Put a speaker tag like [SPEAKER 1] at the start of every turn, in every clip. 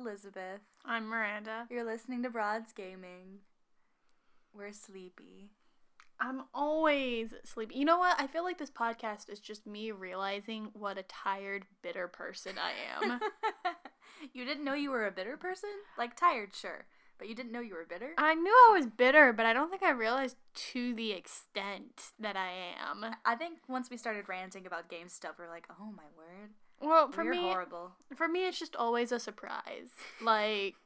[SPEAKER 1] Elizabeth.
[SPEAKER 2] I'm Miranda.
[SPEAKER 1] You're listening to Broads Gaming. We're sleepy.
[SPEAKER 2] I'm always sleepy. You know what? I feel like this podcast is just me realizing what a tired, bitter person I am.
[SPEAKER 1] you didn't know you were a bitter person? Like tired, sure. But you didn't know you were bitter?
[SPEAKER 2] I knew I was bitter, but I don't think I realized to the extent that I am.
[SPEAKER 1] I think once we started ranting about game stuff, we're like, oh my word.
[SPEAKER 2] Well, for
[SPEAKER 1] we're
[SPEAKER 2] me,
[SPEAKER 1] horrible.
[SPEAKER 2] for me, it's just always a surprise. Like,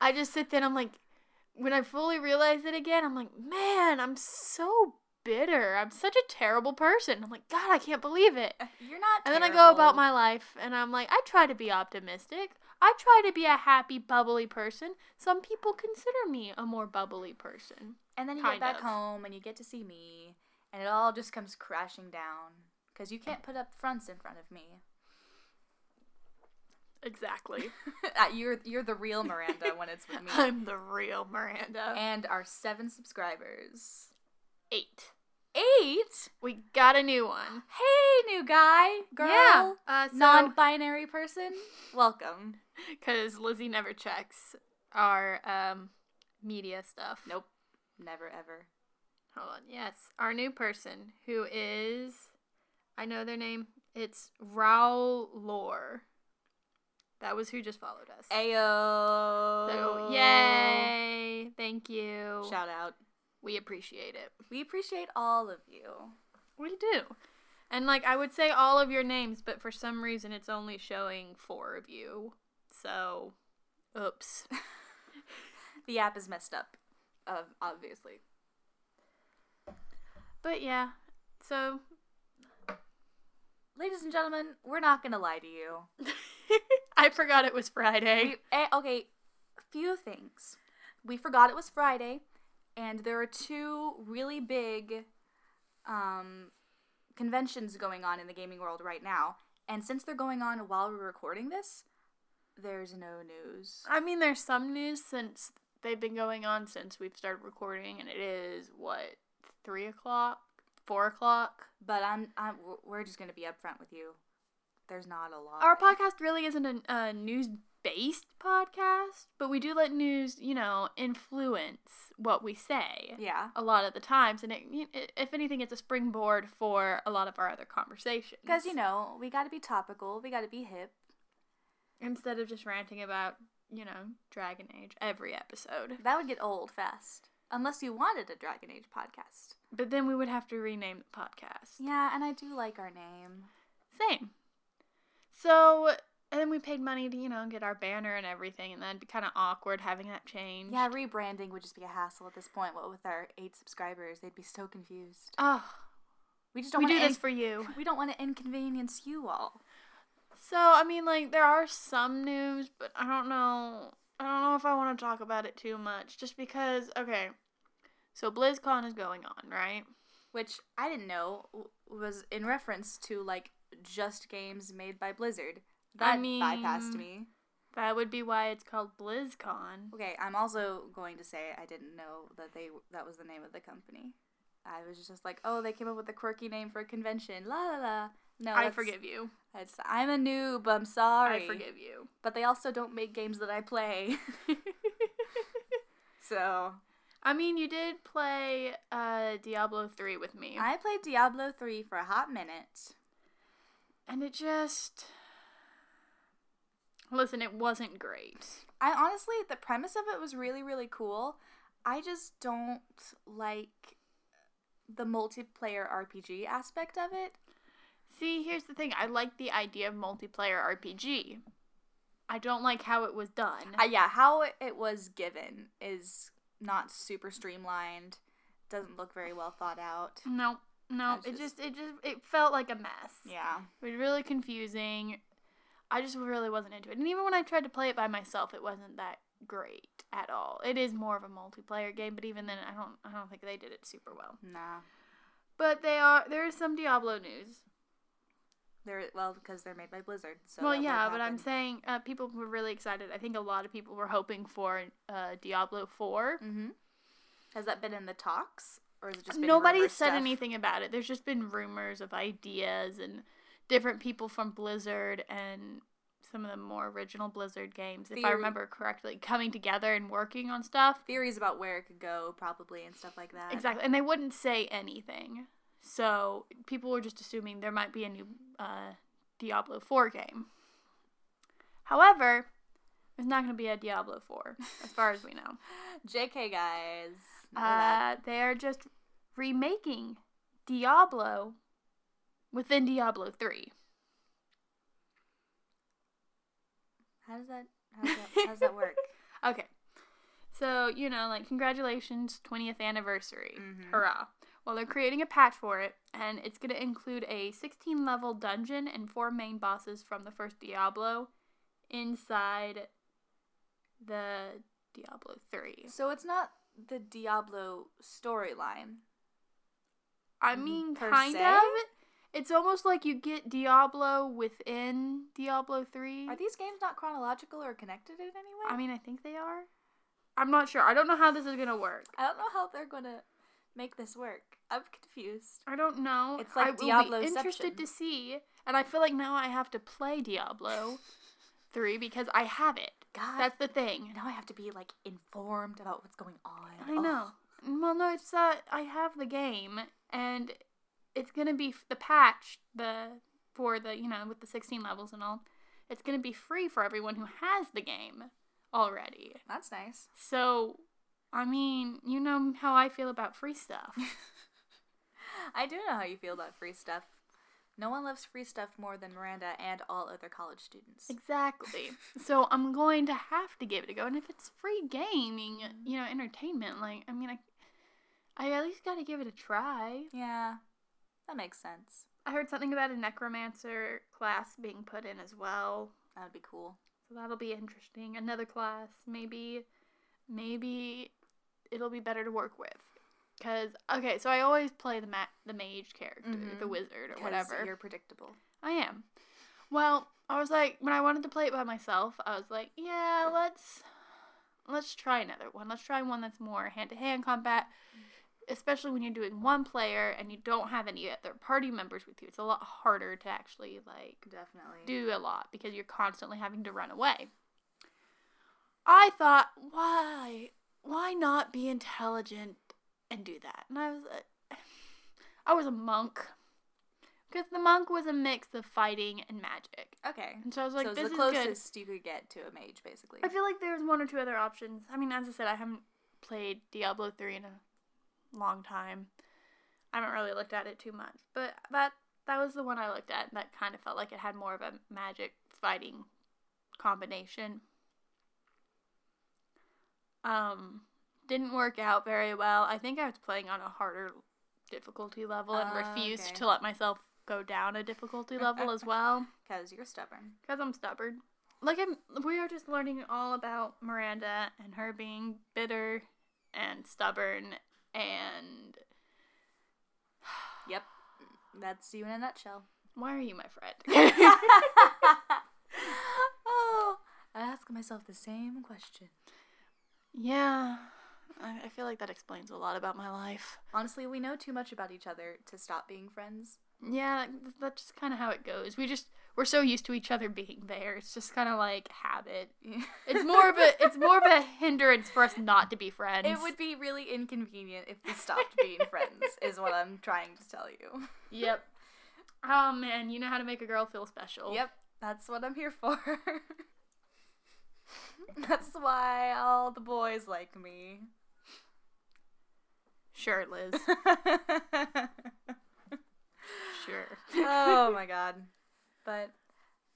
[SPEAKER 2] I just sit there and I'm like, when I fully realize it again, I'm like, man, I'm so bitter. I'm such a terrible person. I'm like, God, I can't believe it.
[SPEAKER 1] You're not
[SPEAKER 2] And then I go
[SPEAKER 1] terrible.
[SPEAKER 2] about my life and I'm like, I try to be optimistic. I try to be a happy, bubbly person. Some people consider me a more bubbly person.
[SPEAKER 1] And then you
[SPEAKER 2] Kind
[SPEAKER 1] get back
[SPEAKER 2] of.
[SPEAKER 1] home and you get to see me, and it all just comes crashing down because you can't put up fronts in front of me.
[SPEAKER 2] Exactly.
[SPEAKER 1] Uh, you're you're the real Miranda when it's with me.
[SPEAKER 2] I'm the real Miranda.
[SPEAKER 1] And our seven subscribers,
[SPEAKER 2] Eight.
[SPEAKER 1] eight.
[SPEAKER 2] We got a new one.
[SPEAKER 1] Hey, new guy, girl,
[SPEAKER 2] Yeah. Uh, so,
[SPEAKER 1] non-binary person, welcome.
[SPEAKER 2] because Lizzie never checks our um, media stuff.
[SPEAKER 1] Nope, never ever.
[SPEAKER 2] Hold on. Yes, our new person who is, I know their name. It's Raul Lore. That was who just followed us.
[SPEAKER 1] Ayo.
[SPEAKER 2] So yay! Thank you.
[SPEAKER 1] Shout out.
[SPEAKER 2] We appreciate it.
[SPEAKER 1] We appreciate all of you.
[SPEAKER 2] We do. And like I would say all of your names, but for some reason it's only showing four of you. So, oops.
[SPEAKER 1] The app is messed up, uh, obviously.
[SPEAKER 2] But yeah. So
[SPEAKER 1] ladies and gentlemen, we're not gonna lie to you.
[SPEAKER 2] I forgot it was Friday.
[SPEAKER 1] We, eh, okay, few things. We forgot it was Friday, and there are two really big um, conventions going on in the gaming world right now. And since they're going on while we're recording this, there's no news.
[SPEAKER 2] I mean, there's some news since they've been going on since we've started recording, and it is what three o'clock, four o'clock.
[SPEAKER 1] But I'm, I'm we're just gonna be upfront with you. There's not a lot.
[SPEAKER 2] Our podcast really isn't a, a news-based podcast, but we do let news, you know, influence what we say
[SPEAKER 1] yeah,
[SPEAKER 2] a lot of the times, and it, it, if anything, it's a springboard for a lot of our other conversations.
[SPEAKER 1] because you know we gotta be topical. We gotta be hip.
[SPEAKER 2] instead of just ranting about you know Dragon Age every episode.
[SPEAKER 1] That would get old fast. Unless you wanted a Dragon Age podcast.
[SPEAKER 2] But then we would have to rename the podcast.
[SPEAKER 1] Yeah, and I do like our name.
[SPEAKER 2] Same. So, and then we paid money to, you know, get our banner and everything, and that'd be kind of awkward having that change.
[SPEAKER 1] Yeah, rebranding would just be a hassle at this point. What with our eight subscribers, they'd be so confused.
[SPEAKER 2] Oh,
[SPEAKER 1] We just don't
[SPEAKER 2] we
[SPEAKER 1] want
[SPEAKER 2] do
[SPEAKER 1] to.
[SPEAKER 2] this for you.
[SPEAKER 1] we don't want to inconvenience you all.
[SPEAKER 2] So, I mean, like, there are some news, but I don't know. I don't know if I want to talk about it too much, just because, okay. So, BlizzCon is going on, right?
[SPEAKER 1] Which I didn't know w- was in reference to like just games made by Blizzard. That
[SPEAKER 2] mean-
[SPEAKER 1] bypassed me.
[SPEAKER 2] That would be why it's called BlizzCon.
[SPEAKER 1] Okay, I'm also going to say I didn't know that they that was the name of the company. I was just like, oh, they came up with a quirky name for a convention. La la la. No,
[SPEAKER 2] I
[SPEAKER 1] that's-
[SPEAKER 2] forgive you.
[SPEAKER 1] It's, I'm a noob. I'm sorry.
[SPEAKER 2] I forgive you.
[SPEAKER 1] But they also don't make games that I play. so
[SPEAKER 2] I mean, you did play uh, Diablo 3 with me.
[SPEAKER 1] I played Diablo 3 for a hot minute.
[SPEAKER 2] And it just. Listen, it wasn't great.
[SPEAKER 1] I honestly, the premise of it was really, really cool. I just don't like the multiplayer RPG aspect of it.
[SPEAKER 2] See, here's the thing I like the idea of multiplayer RPG. I don't like how it was done.
[SPEAKER 1] Uh, yeah, how it- it was given is not super streamlined, doesn't look very well thought out.
[SPEAKER 2] no, no,
[SPEAKER 1] That's
[SPEAKER 2] it
[SPEAKER 1] just-
[SPEAKER 2] just, it just, it felt like a mess.
[SPEAKER 1] Yeah.
[SPEAKER 2] It was really confusing. I just really wasn't into it. And even when I tried to play it by myself, it wasn't that great at all. It is more of a multiplayer game, but even then, I don't, I don't think they did it super well.
[SPEAKER 1] Nah.
[SPEAKER 2] But they are, there is some Diablo news.
[SPEAKER 1] They're, well, because they're made by Blizzard. So
[SPEAKER 2] well,
[SPEAKER 1] that would
[SPEAKER 2] yeah, but I'm
[SPEAKER 1] happen.
[SPEAKER 2] saying uh, people were really excited. I think a lot of people were hoping for uh, Diablo 4.
[SPEAKER 1] Mm-hmm. Has that been in the talks, or has it just been
[SPEAKER 2] Nobody
[SPEAKER 1] rumor
[SPEAKER 2] said
[SPEAKER 1] stuff?
[SPEAKER 2] anything about it. There's just been rumors of ideas and different people from Blizzard and some of the more original Blizzard games, if I
[SPEAKER 1] Theory.
[SPEAKER 2] remember correctly, coming together and working on stuff.
[SPEAKER 1] Theories about where it could go, probably, and stuff like that.
[SPEAKER 2] Exactly. And they wouldn't say anything. So people were just assuming there might be a new uh, Diablo 4 game. However, there's not going to be a Diablo 4, as far as we know.
[SPEAKER 1] JK, guys. None of that.
[SPEAKER 2] Uh, they are just remaking Diablo within Diablo 3.
[SPEAKER 1] how does that? How does that, how does that work?
[SPEAKER 2] Okay. So, you know, like, congratulations, 20th anniversary.
[SPEAKER 1] Mhm.
[SPEAKER 2] Hurrah. Well, they're creating a patch for it, and it's going to include a 16 level dungeon and four main bosses from the first Diablo inside the Diablo 3.
[SPEAKER 1] So it's not the Diablo storyline.
[SPEAKER 2] I
[SPEAKER 1] Mm,
[SPEAKER 2] mean,
[SPEAKER 1] per
[SPEAKER 2] kind
[SPEAKER 1] se?
[SPEAKER 2] of. It's almost like you get Diablo within Diablo 3.
[SPEAKER 1] Are these games not chronological or connected in any way?
[SPEAKER 2] I mean, I think they are. I'm not sure. I don't know how this is going to work.
[SPEAKER 1] I don't know how they're gonna make this work. I'm confused.
[SPEAKER 2] I don't know.
[SPEAKER 1] It's like
[SPEAKER 2] I will
[SPEAKER 1] Diablo-ception.
[SPEAKER 2] be interested to see, and I feel like now I have to play Diablo 3 because I have it.
[SPEAKER 1] God,
[SPEAKER 2] That's the thing.
[SPEAKER 1] now I have to be like informed about what's going on.
[SPEAKER 2] I know. Well, no, it's that I have the game, and it's gonna be f- the patch the for the you know with the sixteen levels and all. It's gonna be free for everyone who has the game already.
[SPEAKER 1] That's nice.
[SPEAKER 2] So, I mean, you know how I feel about free stuff.
[SPEAKER 1] I do know how you feel about free stuff. No one loves free stuff more than Miranda and all other college students.
[SPEAKER 2] Exactly. So I'm going to have to give it a go. And if it's free gaming, you know, entertainment, like I mean, I, I at least got to give it a try.
[SPEAKER 1] Yeah, that makes sense.
[SPEAKER 2] I heard something about a necromancer class being put in as well,
[SPEAKER 1] That would be cool.
[SPEAKER 2] so that'll be interesting. Another class, maybe, maybe it'll be better to work with. Cause okay, so I always play the ma- the mage character, the
[SPEAKER 1] Mhm.
[SPEAKER 2] wizard or
[SPEAKER 1] 'Cause
[SPEAKER 2] whatever.
[SPEAKER 1] You're predictable.
[SPEAKER 2] I am. Well, I was like when I wanted to play it by myself, I was like, yeah, let's let's try another one. Let's try one that's more hand-to-hand combat, especially when you're doing one player and you don't have any other party members with you. It's a lot harder to actually like
[SPEAKER 1] Definitely.
[SPEAKER 2] do a lot because you're constantly having to run away. I thought, why why not be intelligent and do that? And I was a, I was a monk. Because the monk was a mix of fighting and magic.
[SPEAKER 1] Okay.
[SPEAKER 2] And so I was
[SPEAKER 1] so
[SPEAKER 2] like,
[SPEAKER 1] it's
[SPEAKER 2] this
[SPEAKER 1] the
[SPEAKER 2] is good.
[SPEAKER 1] closest you could get to a mage, basically.
[SPEAKER 2] I feel like there's one or two other options. I mean, as I said, I haven't played Diablo 3 in a long time. I haven't really looked at it too much, but that that was the one I looked at that kind of felt like it had more of a magic fighting combination. Um didn't work out very well. I think I was playing on a harder difficulty level and
[SPEAKER 1] Ah,
[SPEAKER 2] refused
[SPEAKER 1] okay.
[SPEAKER 2] to let myself go down a difficulty level as well.
[SPEAKER 1] Because you're stubborn.
[SPEAKER 2] Because I'm stubborn. Like I'm, we are just learning all about Miranda and her being bitter and stubborn and
[SPEAKER 1] Yep. That's you in a nutshell.
[SPEAKER 2] why are you my friend?
[SPEAKER 1] oh, I ask myself the same question.
[SPEAKER 2] yeah, I, I feel like that explains a lot about my life.
[SPEAKER 1] Honestly, we know too much about each other to stop being friends.
[SPEAKER 2] Yeah, that- that's just kind of how it goes. We just we're so used to each other being there. It's just kind of like habit. It's more of a it's more of a hindrance for us not to be friends.
[SPEAKER 1] It would be really inconvenient if we stopped being friends, is what I'm trying to tell you.
[SPEAKER 2] Yep. Oh man, you know how to make a girl feel special.
[SPEAKER 1] Yep, that's what I'm here for. that's why all the boys like me.
[SPEAKER 2] Sure, Liz. sure.
[SPEAKER 1] oh my god. But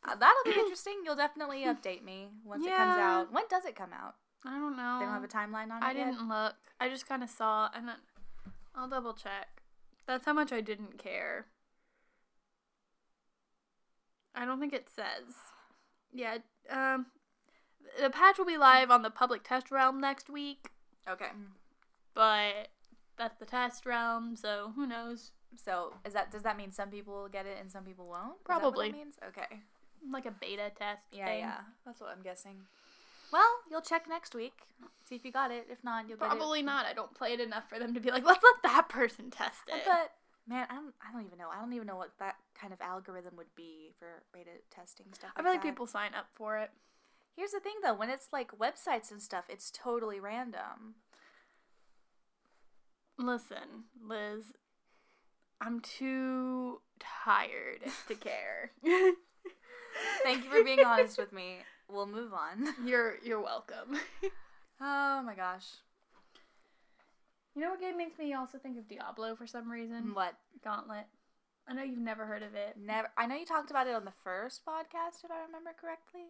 [SPEAKER 1] uh, that'll be interesting. You'll definitely update me once it comes
[SPEAKER 2] Yeah.
[SPEAKER 1] out. When does it come out?
[SPEAKER 2] I don't know.
[SPEAKER 1] They don't have a timeline on it
[SPEAKER 2] I
[SPEAKER 1] yet?
[SPEAKER 2] didn't look. I just kind of saw, and then I'll double check. That's how much I didn't care. I don't think it says. Yeah. Um, the patch will be live on the public test realm next week,
[SPEAKER 1] Okay.
[SPEAKER 2] but that's the test realm, so who knows?
[SPEAKER 1] So is that does that mean some people will get it and some people won't? Is that what
[SPEAKER 2] Probably.
[SPEAKER 1] it means? Okay.
[SPEAKER 2] Like a beta test.
[SPEAKER 1] Yeah,
[SPEAKER 2] thing.
[SPEAKER 1] yeah. That's what I'm guessing. Well, you'll check next week. See if you got it. If not, you'll get it.
[SPEAKER 2] Probably not. I don't play it enough for them to be like, let's let that person test it.
[SPEAKER 1] But Man, I don't, I don't even know. I don't even know what that kind of algorithm would be for beta testing stuff.
[SPEAKER 2] I feel like
[SPEAKER 1] that.
[SPEAKER 2] people sign up for it.
[SPEAKER 1] Here's the thing though, when it's like websites and stuff, it's totally random.
[SPEAKER 2] Listen, Liz, I'm too tired to care.
[SPEAKER 1] Thank you for being honest with me. We'll move on.
[SPEAKER 2] You're you're welcome.
[SPEAKER 1] Oh my gosh.
[SPEAKER 2] You know what game makes me also think of Diablo for some reason?
[SPEAKER 1] What?
[SPEAKER 2] Gauntlet. I know you've never heard of it.
[SPEAKER 1] Never I know you talked about it on the first podcast if I remember correctly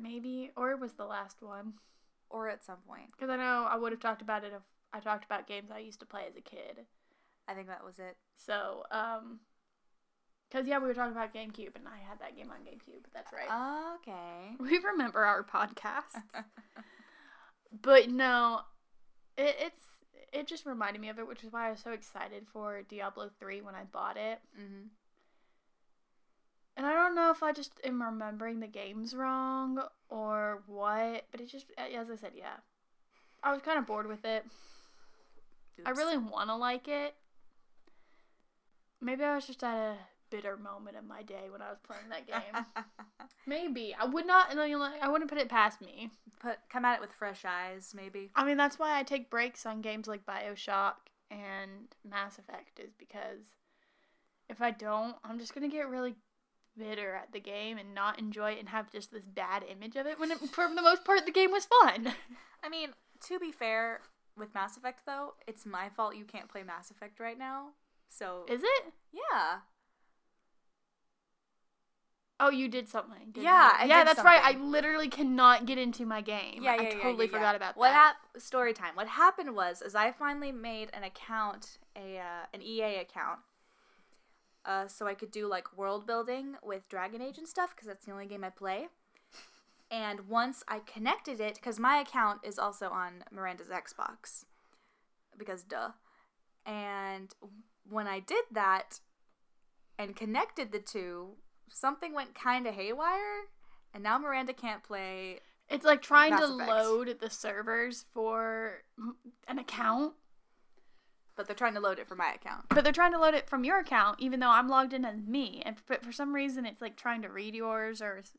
[SPEAKER 2] Maybe, or it was the last one.
[SPEAKER 1] or at some point.
[SPEAKER 2] Because I know I would have talked about it if I talked about games I used to play as a kid.
[SPEAKER 1] I think that was it.
[SPEAKER 2] So, um, because yeah, we were talking about GameCube, and I had that game on GameCube. That's right.
[SPEAKER 1] Okay.
[SPEAKER 2] we remember our podcasts. but no, it, it's it just reminded me of it, which is why I was so excited for Diablo three when I bought it.
[SPEAKER 1] mm-hmm.
[SPEAKER 2] And I don't know if I just am remembering the games wrong or what, but it just as I said, yeah, I was kind of bored with it. I really want to like it. Maybe I was just at a bitter moment of my day when I was playing that game. Maybe I would not, and I mean, like, I wouldn't put it past me.
[SPEAKER 1] Put come at it with fresh eyes, maybe.
[SPEAKER 2] I mean, that's why I take breaks on games like Bioshock and Mass Effect is because if I don't, I'm just gonna get really bitter at the game and not enjoy it and have just this bad image of it. When it, for the most part, the game was fun.
[SPEAKER 1] I mean, to be fair, with Mass Effect though, it's my fault you can't play Mass Effect right now. So
[SPEAKER 2] Is it?
[SPEAKER 1] yeah.
[SPEAKER 2] Oh, you did something. didn't
[SPEAKER 1] Yeah,
[SPEAKER 2] you?
[SPEAKER 1] I
[SPEAKER 2] yeah,
[SPEAKER 1] did
[SPEAKER 2] that's right. I
[SPEAKER 1] something.
[SPEAKER 2] literally cannot get into my game.
[SPEAKER 1] Yeah, yeah,
[SPEAKER 2] I
[SPEAKER 1] yeah,
[SPEAKER 2] totally
[SPEAKER 1] yeah, yeah.
[SPEAKER 2] forgot about
[SPEAKER 1] what
[SPEAKER 2] that.
[SPEAKER 1] hap- story time. What happened was, is I finally made an account, a uh, an EA account, uh, so I could do like world building with Dragon Age and stuff because that's the only game I play. And once I connected it, because my account is also on Miranda's Xbox, because duh. And when I did that and connected the two, something went kind of haywire, and now Miranda can't play
[SPEAKER 2] It's like trying
[SPEAKER 1] Mass
[SPEAKER 2] to
[SPEAKER 1] Effect.
[SPEAKER 2] load the servers for mm, an account,
[SPEAKER 1] but they're trying to load it for my account.
[SPEAKER 2] but they're trying to load it from your account, even though I'm logged in as me. And but for some reason, it's like trying to read yours or s-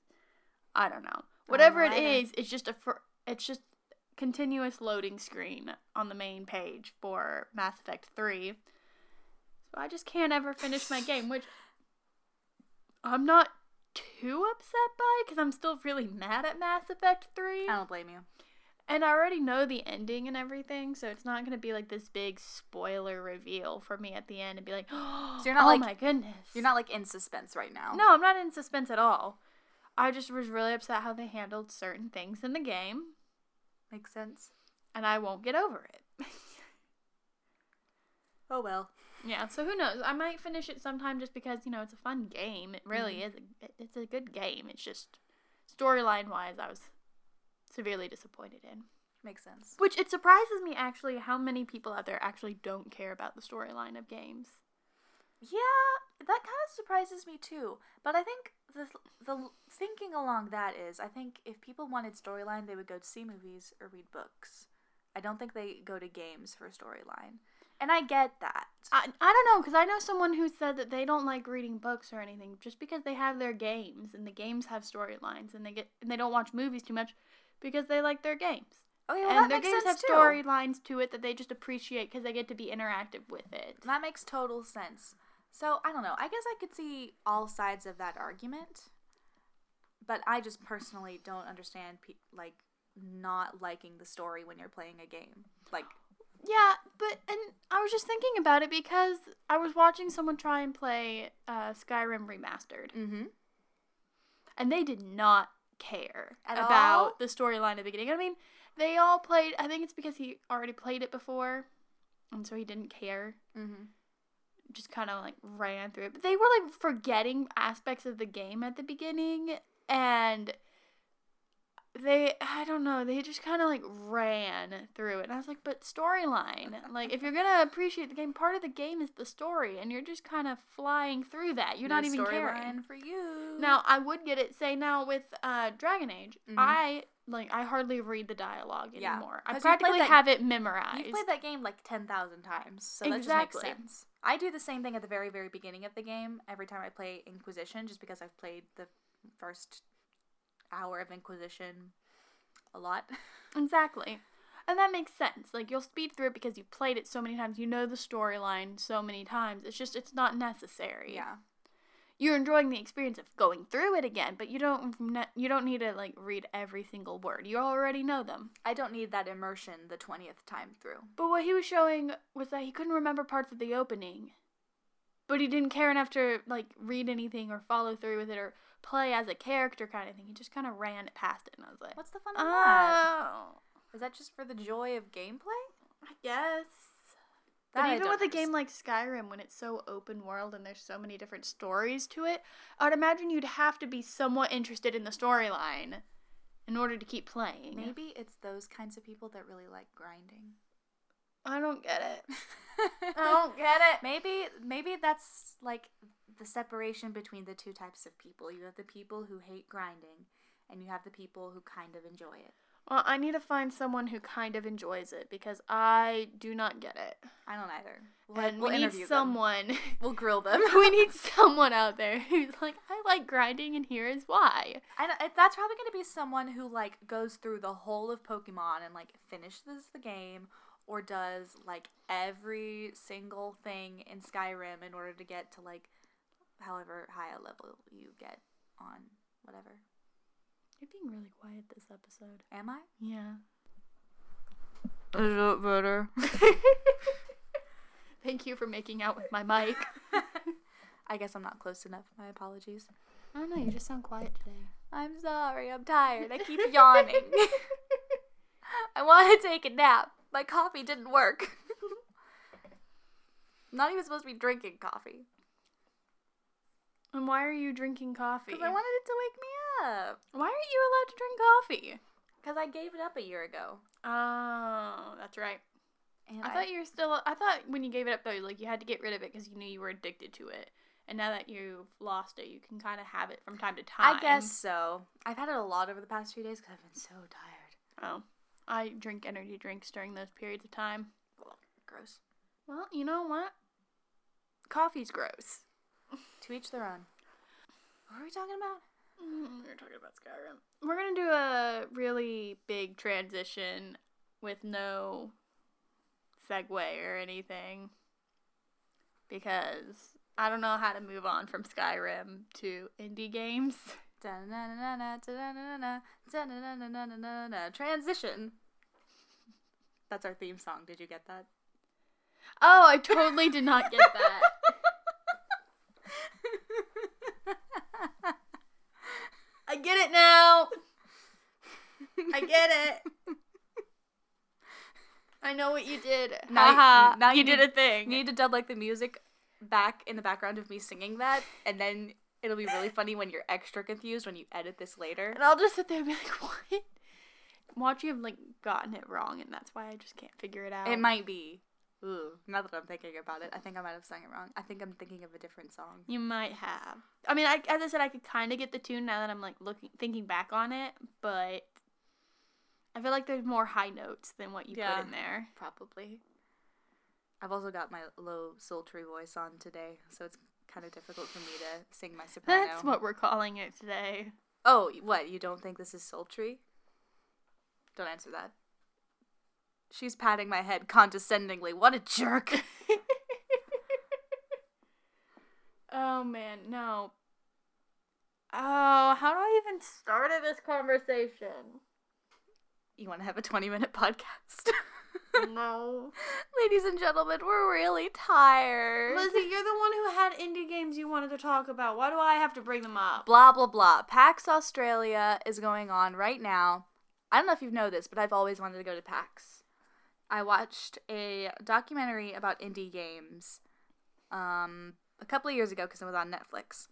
[SPEAKER 2] I don't know. Whatever it
[SPEAKER 1] Alrighty.
[SPEAKER 2] is, it's just a fir- it's just continuous loading screen on the main page for Mass Effect Three. So I just can't ever finish my game, which I'm not too upset by because I'm still really mad at Mass Effect Three.
[SPEAKER 1] I don't blame you.
[SPEAKER 2] And I already know the ending and everything, so it's not gonna be like this big spoiler reveal for me at the end and be like, oh,
[SPEAKER 1] you're not, like-
[SPEAKER 2] my goodness.
[SPEAKER 1] You're not like in suspense right now.
[SPEAKER 2] No, I'm not in suspense at all. I just was really upset how they handled certain things in the game,
[SPEAKER 1] Makes sense.
[SPEAKER 2] and I won't get over it.
[SPEAKER 1] Oh well.
[SPEAKER 2] yeah, so who knows? I might finish it sometime just because you know it's a fun game. It really
[SPEAKER 1] Mm-hmm.
[SPEAKER 2] is. A, it- it's a good game. It's just storyline wise, I was severely disappointed in.
[SPEAKER 1] Makes sense.
[SPEAKER 2] Which it surprises me actually how many people out there actually don't care about the storyline of games.
[SPEAKER 1] Yeah, that kind of surprises me too. But I think the the thinking along that is I think if people wanted storyline, they would go to see movies or read books. I don't think they go to games for storyline. And I get that.
[SPEAKER 2] I, I don't know because I know someone who said that they don't like reading books or anything just because they have their games and the games have storylines and they get and they don't watch movies too much because they like their games
[SPEAKER 1] Okay, Oh, well
[SPEAKER 2] and
[SPEAKER 1] that
[SPEAKER 2] their
[SPEAKER 1] makes
[SPEAKER 2] games have
[SPEAKER 1] sense too.
[SPEAKER 2] storylines to it that they just appreciate because they get to be interactive with it.
[SPEAKER 1] That makes total sense. So I don't know. I guess I could see all sides of that argument, but I just personally don't understand pe- like not liking the story when you're playing a game. Like,
[SPEAKER 2] Yeah, but and I was just thinking about it because I was watching someone try and play uh, Skyrim Remastered.
[SPEAKER 1] mm-hmm.
[SPEAKER 2] and they did not care
[SPEAKER 1] At
[SPEAKER 2] about
[SPEAKER 1] all?
[SPEAKER 2] the storyline at the beginning. I mean, they all played. I think it's because he already played it before, and so he didn't care.
[SPEAKER 1] Mm-hmm.
[SPEAKER 2] Just kind of like ran through it. But they were like forgetting aspects of the game at the beginning, and they I don't know. They just kind of like ran through it, and I was like, but storyline. like, if you're gonna appreciate the game, part of the game is the story, and you're just kind of flying through that. You're not even caring.
[SPEAKER 1] for you.
[SPEAKER 2] Now I would get it. Say now with uh, Dragon Age,
[SPEAKER 1] Mhm.
[SPEAKER 2] I like I hardly read the dialogue
[SPEAKER 1] Yeah.
[SPEAKER 2] anymore. I
[SPEAKER 1] 'Cause you played
[SPEAKER 2] practically
[SPEAKER 1] that-
[SPEAKER 2] have it memorized.
[SPEAKER 1] You've played that game like 10,000 times, so that just
[SPEAKER 2] Exactly.
[SPEAKER 1] makes sense. I do the same thing at the very, very beginning of the game every time I play Inquisition, just because I've played the first hour of Inquisition a lot.
[SPEAKER 2] Exactly. And that makes sense. Like you'll speed through it because you've played it so many times. You know the storyline so many times. It's just it's not necessary. You're enjoying the experience of going through it again, but you don't ne- you don't need to like read every single word. You already know them.
[SPEAKER 1] I don't need that immersion the 20th time through.
[SPEAKER 2] But what he was showing was that he couldn't remember parts of the opening. But he didn't care enough to like read anything or follow through with it or play as a character kind of thing. He just kind of ran past it and I was like,
[SPEAKER 1] What's the fun of that?
[SPEAKER 2] "Oh,
[SPEAKER 1] Is that just for the joy of gameplay?
[SPEAKER 2] I guess."
[SPEAKER 1] That I
[SPEAKER 2] but even
[SPEAKER 1] don't
[SPEAKER 2] with a
[SPEAKER 1] understand.
[SPEAKER 2] game like Skyrim, when it's so open world and there's so many different stories to it, I'd imagine you'd have to be somewhat interested in the storyline in order to keep playing.
[SPEAKER 1] Maybe it's those kinds of people that really like grinding.
[SPEAKER 2] I don't get it. I don't get it.
[SPEAKER 1] Maybe maybe that's like the separation between the two types of people. You have the people who hate grinding and you have the people who kind of enjoy it.
[SPEAKER 2] Well, I need to find someone who kind of enjoys it because I do not get it.
[SPEAKER 1] I don't either. We'll,
[SPEAKER 2] And
[SPEAKER 1] we'll
[SPEAKER 2] we need
[SPEAKER 1] interview them.
[SPEAKER 2] someone.
[SPEAKER 1] We'll grill them.
[SPEAKER 2] we need someone out there who's like, I like grinding, and here is why.
[SPEAKER 1] And uh, that's probably going to be someone who like goes through the whole of Pokemon and like finishes the game or does like every single thing in Skyrim in order to get to like however high a level you get on whatever.
[SPEAKER 2] You're being really quiet this episode.
[SPEAKER 1] Am I?
[SPEAKER 2] Yeah.
[SPEAKER 1] Is it better?
[SPEAKER 2] Thank you for making out with my mic.
[SPEAKER 1] I guess I'm not close enough. My apologies.
[SPEAKER 2] I don't know, you just sound quiet today.
[SPEAKER 1] I'm sorry. I'm tired. I keep yawning. I want to take a nap. My coffee didn't work. I'm not even supposed to be drinking coffee.
[SPEAKER 2] And why are you drinking coffee?
[SPEAKER 1] Because I wanted it to wake me up.
[SPEAKER 2] why aren't you allowed to drink coffee?
[SPEAKER 1] Because I gave it up a year ago.
[SPEAKER 2] Oh, that's right.
[SPEAKER 1] And
[SPEAKER 2] I thought you were still. I thought when you gave it up though, like you had to get rid of it because you knew you were addicted to it. And now that you've lost it, you can kind of have it from time to time.
[SPEAKER 1] I guess so. I've had it a lot over the past few days because I've been so tired.
[SPEAKER 2] Oh, I drink energy drinks during those periods of time.
[SPEAKER 1] Ugh, Gross.
[SPEAKER 2] Well, you know what? Coffee's gross.
[SPEAKER 1] To each their own. What are we talking about?
[SPEAKER 2] Mm, we were talking about Skyrim. We're gonna do a really big transition with no segue or anything because I don't know how to move on from Skyrim to indie games.
[SPEAKER 1] Da-na-na-na-na, da-na-na-na-na, da-na-na-na-na-na-na. Transition. That's our theme song. Did you get that?
[SPEAKER 2] Oh, I totally did not get that. I get it now. I get it. I know what you did.
[SPEAKER 1] Now you-
[SPEAKER 2] Haha,
[SPEAKER 1] now you need-
[SPEAKER 2] thing.
[SPEAKER 1] You need to dub like the music back in the background of me singing that, and then it'll be really funny when you're extra confused when you edit this later.
[SPEAKER 2] And I'll just sit there and be like, what? Watch you have like gotten it wrong, and that's why I just can't figure it out.
[SPEAKER 1] It might be. Ooh, now that I'm thinking about it, I think I might have sung it wrong. I think I'm thinking of a different song.
[SPEAKER 2] You might have. I mean, I, as I said, I could kind of get the tune now that I'm like looking, thinking back on it, but I feel like there's more high notes than what you
[SPEAKER 1] Yeah.
[SPEAKER 2] put in there.
[SPEAKER 1] Probably. I've also got my low sultry voice on today, so it's kind of difficult for me to sing my soprano.
[SPEAKER 2] That's what we're calling it today.
[SPEAKER 1] Oh, what? You don't think this is sultry? Don't answer that. She's patting my head condescendingly. What a jerk.
[SPEAKER 2] Oh man, no. Oh, how do I even start this conversation?
[SPEAKER 1] you want to have a 20 minute podcast?
[SPEAKER 2] no.
[SPEAKER 1] Ladies and gentlemen, we're really tired.
[SPEAKER 2] Lizzie, you're the one who had indie games you wanted to talk about. Why do I have to bring them up?
[SPEAKER 1] blah blah blah. PAX Australia is going on right now. I don't know if you know this, but I've always wanted to go to PAX. I watched a documentary about indie games um, a couple of years ago because it was on Netflix.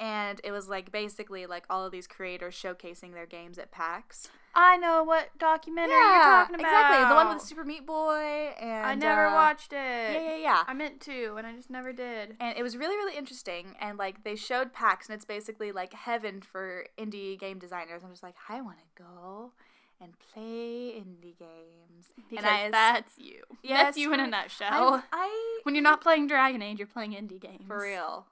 [SPEAKER 1] and it was like basically like all of these creators showcasing their games at PAX.
[SPEAKER 2] I know what documentary you're talking about.
[SPEAKER 1] exactly the one with Super Meat Boy and
[SPEAKER 2] I never
[SPEAKER 1] uh,
[SPEAKER 2] watched it.
[SPEAKER 1] Yeah, yeah, yeah.
[SPEAKER 2] I meant to, and I just never did.
[SPEAKER 1] And it was really, really interesting. And like they showed PAX, and it's basically like heaven for indie game designers. I'm just like, I want to go and play indie games.
[SPEAKER 2] Because
[SPEAKER 1] I-
[SPEAKER 2] that's you.
[SPEAKER 1] Yes,
[SPEAKER 2] that's you in a
[SPEAKER 1] right.
[SPEAKER 2] nutshell.
[SPEAKER 1] I, I
[SPEAKER 2] when you're not playing Dragon Age, you're playing indie games.
[SPEAKER 1] for real.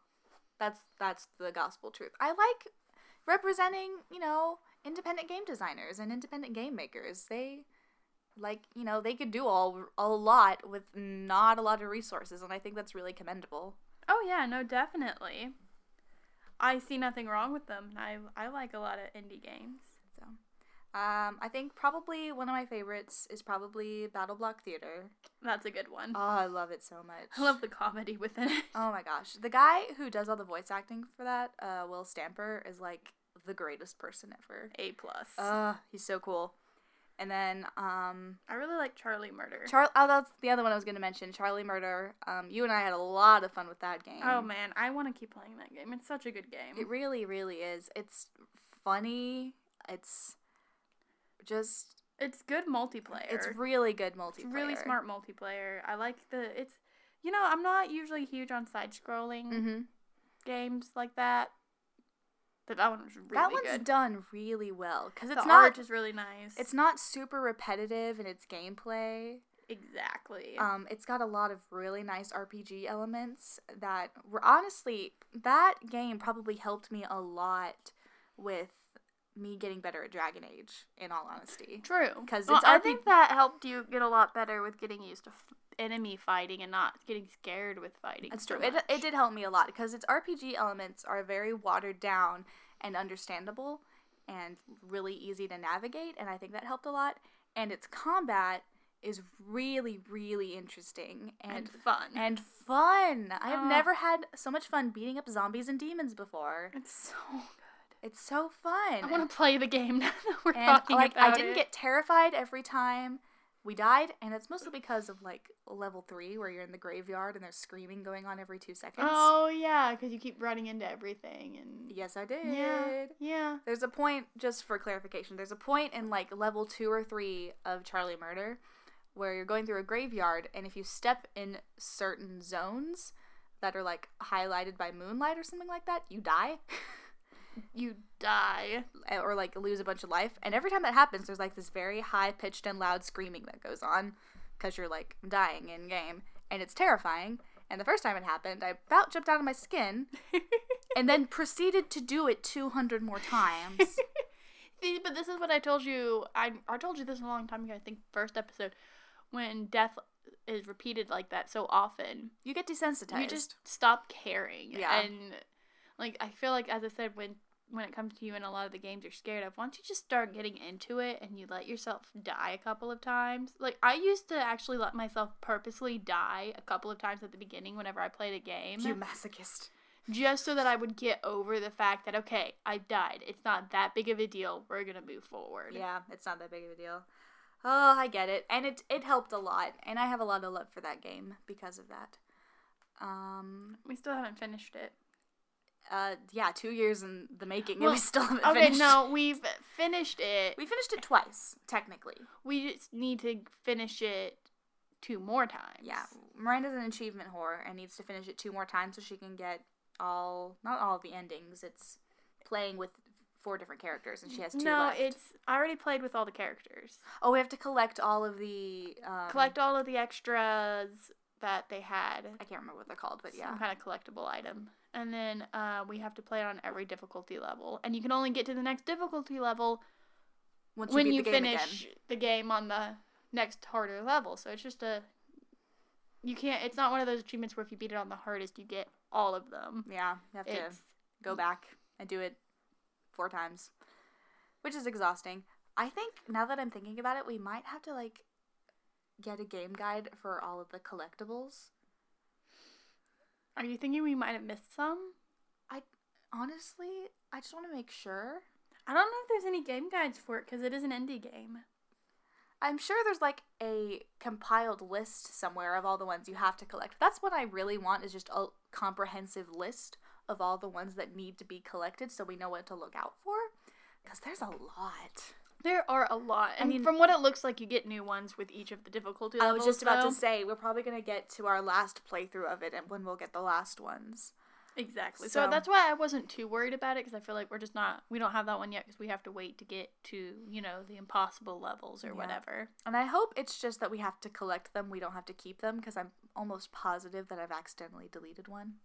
[SPEAKER 1] That's that's the gospel truth. I like representing, you know, independent game designers and independent game makers. They like, you know, they could do all a lot with not a lot of resources, and I think that's really commendable.
[SPEAKER 2] Oh yeah, no, definitely. I see nothing wrong with them, and I I like a lot of indie games.
[SPEAKER 1] So, um, I think probably one of my favorites is probably Battle Block Theater.
[SPEAKER 2] That's a good one.
[SPEAKER 1] Oh, I love it so much.
[SPEAKER 2] I love the comedy within it.
[SPEAKER 1] Oh my gosh, the guy who does all the voice acting for that, uh, Will Stamper, is like the greatest person ever.
[SPEAKER 2] A plus.
[SPEAKER 1] Uh, he's so cool. And then um,
[SPEAKER 2] I really like Charlie Murder.
[SPEAKER 1] Charlie. Oh, that's the other one I was gonna mention. Charlie Murder. Um, you and I had a lot of fun with that game.
[SPEAKER 2] oh man, I want to keep playing that game. It's such a good game.
[SPEAKER 1] it really, really is. It's funny. It's just.
[SPEAKER 2] it's good multiplayer.
[SPEAKER 1] It's really good multiplayer.
[SPEAKER 2] It's really smart multiplayer. I like the it's. You know, I'm not usually huge on side-scrolling
[SPEAKER 1] Mm-hmm.
[SPEAKER 2] games like that. But that one was really
[SPEAKER 1] that one's
[SPEAKER 2] good.
[SPEAKER 1] done really well because
[SPEAKER 2] The
[SPEAKER 1] it's not.
[SPEAKER 2] art is really nice.
[SPEAKER 1] it's not super repetitive in its gameplay.
[SPEAKER 2] exactly.
[SPEAKER 1] Um, it's got a lot of really nice RPG elements that were honestly that game probably helped me a lot with me getting better at Dragon Age. In all honesty,
[SPEAKER 2] True.
[SPEAKER 1] 'Cause
[SPEAKER 2] Well,
[SPEAKER 1] it's
[SPEAKER 2] I
[SPEAKER 1] RP
[SPEAKER 2] think that helped you get a lot better with getting used to f- enemy fighting and not getting scared with fighting.
[SPEAKER 1] that's
[SPEAKER 2] so
[SPEAKER 1] true. It
[SPEAKER 2] much.
[SPEAKER 1] it did help me a lot because its RPG elements are very watered down and understandable, and really easy to navigate. And I think that helped a lot. And its combat is really really interesting
[SPEAKER 2] and
[SPEAKER 1] and.
[SPEAKER 2] fun.
[SPEAKER 1] and fun. I have
[SPEAKER 2] Ah.
[SPEAKER 1] never had so much fun beating up zombies and demons before.
[SPEAKER 2] it's so good.
[SPEAKER 1] It's so fun.
[SPEAKER 2] I want to play the game now that we're
[SPEAKER 1] and
[SPEAKER 2] talking
[SPEAKER 1] like
[SPEAKER 2] about
[SPEAKER 1] I didn't
[SPEAKER 2] it.
[SPEAKER 1] get terrified every time we died, and it's mostly because of like level three where you're in the graveyard and there's screaming going on every two seconds.
[SPEAKER 2] Oh yeah, because you keep running into everything and
[SPEAKER 1] Yes, I did.
[SPEAKER 2] yeah, yeah.
[SPEAKER 1] There's a point, just for clarification, there's a point in like level two or three of Charlie Murder where you're going through a graveyard, and if you step in certain zones that are like highlighted by moonlight or something like that, you die.
[SPEAKER 2] You die.
[SPEAKER 1] eh, or like lose a bunch of life. And every time that happens, there's like this very high pitched and loud screaming that goes on because you're like dying in game, and it's terrifying. And the first time it happened, I about jumped out of my skin, and then proceeded to do it 200 more times.
[SPEAKER 2] See, but this is what I told you. I I told you this a long time ago. I think first episode when death is repeated like that so often.
[SPEAKER 1] you get desensitized.
[SPEAKER 2] you just stop caring
[SPEAKER 1] Yeah.
[SPEAKER 2] and like i feel like as i said when when it comes to you and a lot of the games you're scared of once you just start getting into it and you let yourself die a couple of times like i used to actually let myself purposely die a couple of times at the beginning whenever i played a game
[SPEAKER 1] you masochist.
[SPEAKER 2] just so that i would get over the fact that okay i've died it's not that big of a deal we're gonna move forward
[SPEAKER 1] Yeah, it's not that big of a deal. Oh, I get it, and it it helped a lot, and I have a lot of love for that game because of that. Um,
[SPEAKER 2] we still haven't finished it
[SPEAKER 1] uh, yeah, two years in the making,
[SPEAKER 2] Well,
[SPEAKER 1] and we still haven't
[SPEAKER 2] okay
[SPEAKER 1] finished.
[SPEAKER 2] no we've finished it
[SPEAKER 1] We finished it twice, technically.
[SPEAKER 2] we just need to finish it two more times
[SPEAKER 1] Yeah. Miranda's an achievement whore and needs to finish it two more times so she can get all, not all the endings. It's playing with four different characters and she has two
[SPEAKER 2] no,
[SPEAKER 1] left.
[SPEAKER 2] it's I already played with all the characters.
[SPEAKER 1] Oh, we have to collect all of the. Um,
[SPEAKER 2] Collect all of the extras that they had.
[SPEAKER 1] I can't remember what they're called, but yeah.
[SPEAKER 2] Some kind of collectible item. And then uh, we have to play on every difficulty level. And you can only get to the next difficulty level
[SPEAKER 1] Once
[SPEAKER 2] when
[SPEAKER 1] beat
[SPEAKER 2] you
[SPEAKER 1] the game again.
[SPEAKER 2] finish the game on the next harder level. So it's just a you can't it's not one of those achievements where if you beat it on the hardest you get all of them.
[SPEAKER 1] Yeah, you have to
[SPEAKER 2] It's
[SPEAKER 1] go back and do it four times, which is exhausting. I think now that I'm thinking about it, we might have to like get a game guide for all of the collectibles.
[SPEAKER 2] are you thinking we might have missed some?
[SPEAKER 1] Honestly, I just want to make sure.
[SPEAKER 2] I don't know if there's any game guides for it because it is an indie game.
[SPEAKER 1] I'm sure there's like a compiled list somewhere of all the ones you have to collect. That's what I really want is just a comprehensive list of all the ones that need to be collected so we know what to look out for. Because there's a lot.
[SPEAKER 2] There are a lot.
[SPEAKER 1] I
[SPEAKER 2] And
[SPEAKER 1] mean-
[SPEAKER 2] from what it looks like, you get new ones with each of the difficulty
[SPEAKER 1] I
[SPEAKER 2] levels.
[SPEAKER 1] was just about
[SPEAKER 2] though.
[SPEAKER 1] to say, we're probably going to get to our last playthrough of it and when we'll get the last ones.
[SPEAKER 2] Exactly. So,
[SPEAKER 1] So-
[SPEAKER 2] that's why I wasn't too worried about it because I feel like we're just not, we don't have that one yet because we have to wait to get to, you know, the impossible levels or
[SPEAKER 1] Yeah.
[SPEAKER 2] whatever.
[SPEAKER 1] And I hope it's just that we have to collect them, we don't have to keep them, because I'm almost positive that I've accidentally deleted one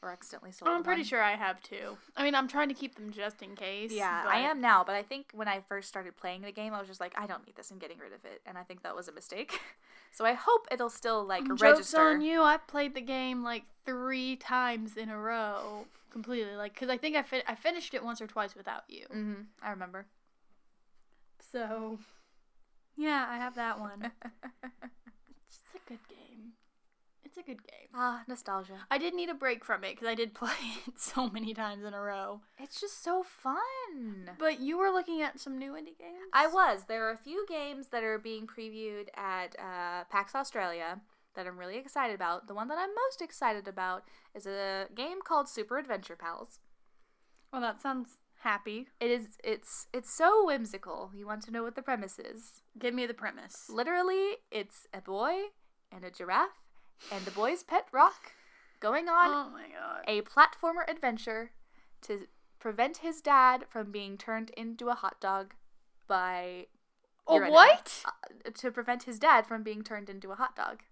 [SPEAKER 1] or accidentally sold
[SPEAKER 2] I'm pretty
[SPEAKER 1] one.
[SPEAKER 2] sure I have two. I mean, I'm trying to keep them just in case.
[SPEAKER 1] Yeah,
[SPEAKER 2] but-
[SPEAKER 1] I am now, but I think when I first started playing the game, I was just like, I don't need this, I'm getting rid of it, and I think that was a mistake. so I hope it'll still like
[SPEAKER 2] Jokes
[SPEAKER 1] register.
[SPEAKER 2] on you! I played the game like three times in a row, completely. Like, cause I think I fin- I finished it once or twice without you.
[SPEAKER 1] hmm I remember.
[SPEAKER 2] So, yeah, I have that one. it's a good game. It's a good game.
[SPEAKER 1] Ah, nostalgia.
[SPEAKER 2] I did need a break from it because I did play it so many times in a row.
[SPEAKER 1] It's just so fun.
[SPEAKER 2] But you were looking at some new indie games.
[SPEAKER 1] I was. There are a few games that are being previewed at uh, PAX Australia that I'm really excited about. The one that I'm most excited about is a game called Super Adventure Pals.
[SPEAKER 2] Well, that sounds happy.
[SPEAKER 1] It is. It's. It's so whimsical. You want to know what the premise is?
[SPEAKER 2] Give me the premise.
[SPEAKER 1] Literally, it's a boy and a giraffe and the boy's pet rock going on
[SPEAKER 2] Oh my god.
[SPEAKER 1] a platformer adventure to prevent his dad from being turned into a hot dog by
[SPEAKER 2] Oh,
[SPEAKER 1] your enemy.
[SPEAKER 2] what?
[SPEAKER 1] uh, to prevent his dad from being turned into a hot dog.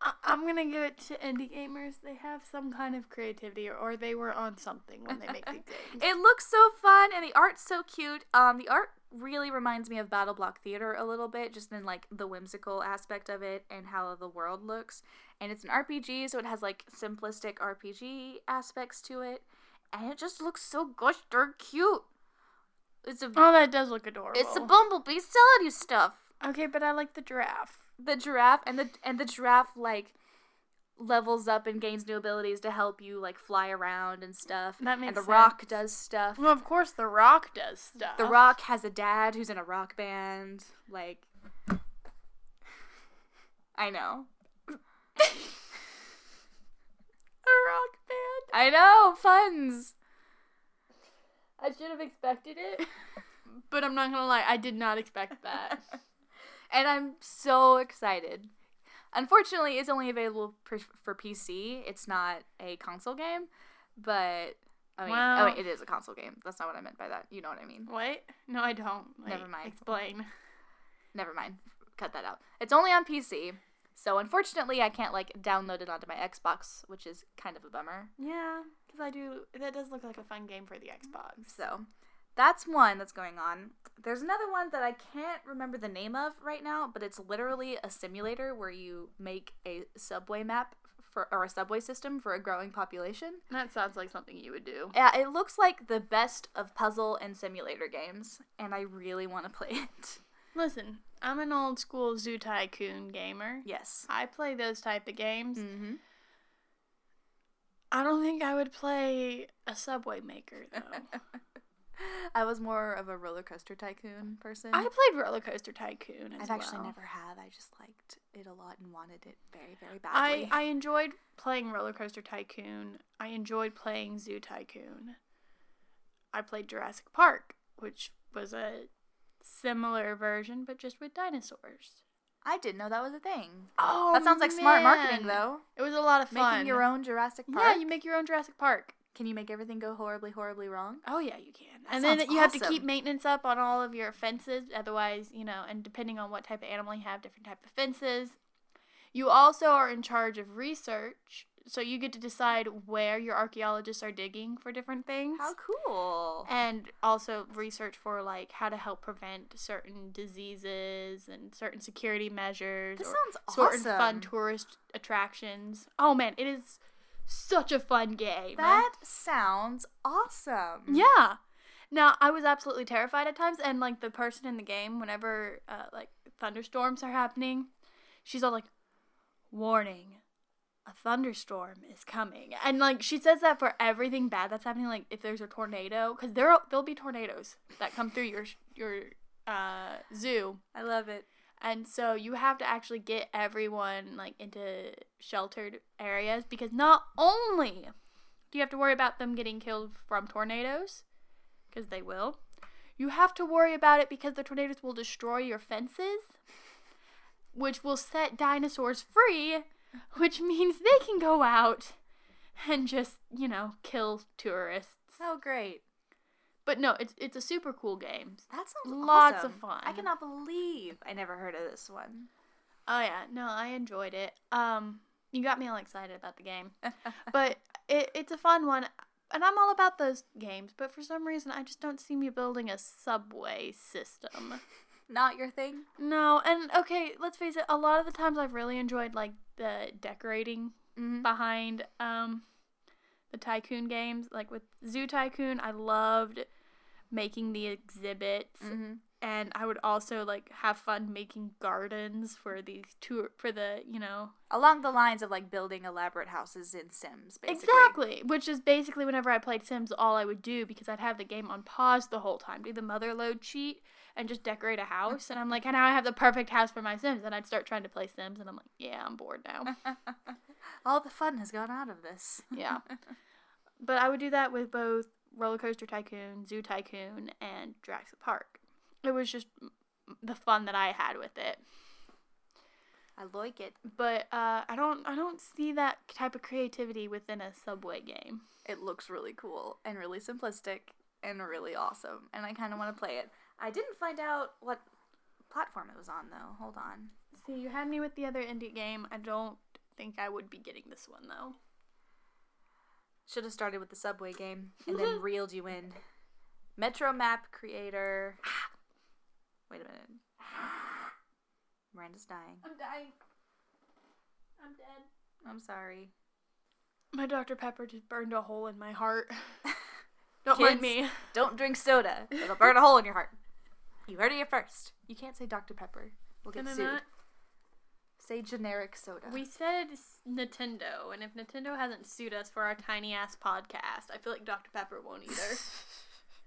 [SPEAKER 2] I- I'm gonna give it to indie gamers. They have some kind of creativity, or, or they were on something when they make these games.
[SPEAKER 1] It looks so fun and the art's so cute. Um the art really reminds me of Battle Block Theater a little bit just in like the whimsical aspect of it and how the world looks. And it's an RPG so it has like simplistic RPG aspects to it and it just looks so gosh darn cute. It's a
[SPEAKER 2] Oh, that does look adorable.
[SPEAKER 1] it's a bumblebee selling you stuff.
[SPEAKER 2] okay, but I like the giraffe.
[SPEAKER 1] the giraffe and the and the giraffe like levels up and gains new abilities to help you like fly around and stuff.
[SPEAKER 2] That
[SPEAKER 1] and
[SPEAKER 2] makes
[SPEAKER 1] the rock
[SPEAKER 2] sense.
[SPEAKER 1] does stuff.
[SPEAKER 2] Well, of course, the Rock does stuff.
[SPEAKER 1] The rock has a dad who's in a rock band. Like I know.
[SPEAKER 2] a rock band.
[SPEAKER 1] I know, puns.
[SPEAKER 2] I should have expected it, but I'm not gonna lie, I did not expect that.
[SPEAKER 1] And I'm so excited. Unfortunately, it's only available per, for PC. It's not a console game, but I mean,
[SPEAKER 2] Wow.
[SPEAKER 1] oh wait, it is a console game. That's not what I meant by that. You know what I mean?
[SPEAKER 2] what? No, I don't.
[SPEAKER 1] Never mind.
[SPEAKER 2] Explain.
[SPEAKER 1] never mind cut that out it's only on pc so unfortunately i can't like download it onto my xbox which is kind of a bummer
[SPEAKER 2] Yeah, because I do. That does look like a fun game for the Xbox.
[SPEAKER 1] so that's one that's going on there's another one that i can't remember the name of right now but it's literally a simulator where you make a subway map for or a subway system for a growing population
[SPEAKER 2] That sounds like something you would do.
[SPEAKER 1] yeah it looks like the best of puzzle and simulator games and i really want to play it
[SPEAKER 2] Listen, I'm an old school zoo tycoon gamer.
[SPEAKER 1] yes
[SPEAKER 2] I play those type of games.
[SPEAKER 1] mm-hmm.
[SPEAKER 2] I don't think I would play a Subway Maker though.
[SPEAKER 1] i was more of a roller coaster tycoon person
[SPEAKER 2] I played Roller Coaster Tycoon as
[SPEAKER 1] I've actually
[SPEAKER 2] well.
[SPEAKER 1] never have. I just liked it a lot and wanted it very, very
[SPEAKER 2] I,
[SPEAKER 1] badly.
[SPEAKER 2] I enjoyed playing Roller Coaster Tycoon. I enjoyed playing Zoo Tycoon. I played Jurassic Park, which was a similar version, but just with dinosaurs.
[SPEAKER 1] I, didn't know that was a thing.
[SPEAKER 2] Oh,
[SPEAKER 1] that sounds like smart marketing,
[SPEAKER 2] man.
[SPEAKER 1] though.
[SPEAKER 2] It was a lot of fun.
[SPEAKER 1] Making your own Jurassic Park.
[SPEAKER 2] Yeah, you make your own Jurassic Park.
[SPEAKER 1] Can you make everything go horribly, horribly wrong?
[SPEAKER 2] Oh yeah, you can. and then
[SPEAKER 1] sounds
[SPEAKER 2] you have to
[SPEAKER 1] awesome.
[SPEAKER 2] keep maintenance up on all of your fences. Otherwise, you know, and depending on what type of animal you have, different type of fences. You also are in charge of research, so you get to decide where your archaeologists are digging for different things.
[SPEAKER 1] How cool!
[SPEAKER 2] and also research for like how to help prevent certain diseases and certain security measures
[SPEAKER 1] This
[SPEAKER 2] or
[SPEAKER 1] sounds
[SPEAKER 2] certain
[SPEAKER 1] awesome.
[SPEAKER 2] fun tourist attractions. Oh man, it is such a fun game.
[SPEAKER 1] that sounds awesome.
[SPEAKER 2] Yeah. Now I was absolutely terrified at times, and like the person in the game, whenever uh, like thunderstorms are happening, she's all like, "Warning, a thunderstorm is coming," and like she says that for everything bad that's happening. Like if there's a tornado, because there there'll be tornadoes that come through your your uh, zoo,
[SPEAKER 1] I love it.
[SPEAKER 2] And so you have to actually get everyone like into sheltered areas because not only do you have to worry about them getting killed from tornadoes because they will. You have to worry about it because the tornadoes will destroy your fences, which will set dinosaurs free, which means they can go out and just, you know, kill tourists.
[SPEAKER 1] Oh, great.
[SPEAKER 2] But no, it's it's a super cool game.
[SPEAKER 1] That sounds
[SPEAKER 2] Lots of
[SPEAKER 1] awesome.
[SPEAKER 2] fun.
[SPEAKER 1] I cannot believe I never heard of this one.
[SPEAKER 2] Oh yeah, no, I enjoyed it. Um, you got me all excited about the game, but it, it's a fun one, and I'm all about those games. But for some reason, I just don't see me building a subway system.
[SPEAKER 1] Not your thing?
[SPEAKER 2] No, and okay, let's face it. A lot of the times, I've really enjoyed like the decorating
[SPEAKER 1] Mm-hmm.
[SPEAKER 2] behind um the tycoon games, like with Zoo Tycoon. I loved making the exhibits
[SPEAKER 1] Mm-hmm.
[SPEAKER 2] and I would also like have fun making gardens for these tour for the you know
[SPEAKER 1] Along the lines of like building elaborate houses in Sims, basically.
[SPEAKER 2] exactly, which is basically whenever I played Sims, all I would do because I'd have the game on pause the whole time, do the mother load cheat, and just decorate a house, and I'm like, and now I have the perfect house for my Sims, and I'd start trying to play Sims, and I'm like, yeah, I'm bored now,
[SPEAKER 1] All the fun has gone out of this.
[SPEAKER 2] yeah, but I would do that with both Roller Coaster Tycoon, Zoo Tycoon, and Jurassic Park. It was just mm, the fun that I had with it.
[SPEAKER 1] I like it.
[SPEAKER 2] but uh, I don't I don't see that type of creativity within a subway game.
[SPEAKER 1] It looks really cool and really simplistic and really awesome, and I kind of want to play it. I didn't find out what platform it was on though. Hold on.
[SPEAKER 2] See, you had me with the other indie game. I don't think I would be getting this one though.
[SPEAKER 1] Should have started with the subway game and then reeled you in. Metro map creator. Wait a minute. Miranda's dying.
[SPEAKER 2] I'm dying. I'm dead.
[SPEAKER 1] I'm sorry.
[SPEAKER 2] My Dr Pepper just burned a hole in my heart. don't
[SPEAKER 1] Kids.
[SPEAKER 2] mind me.
[SPEAKER 1] Don't drink soda. It'll burn a hole in your heart. You heard it here first. You can't say Dr. Pepper. We'll get
[SPEAKER 2] Can I
[SPEAKER 1] sued.
[SPEAKER 2] not?
[SPEAKER 1] Say generic soda.
[SPEAKER 2] We said s- Nintendo, and if Nintendo hasn't sued us for our tiny ass podcast, I feel like Dr Pepper won't either.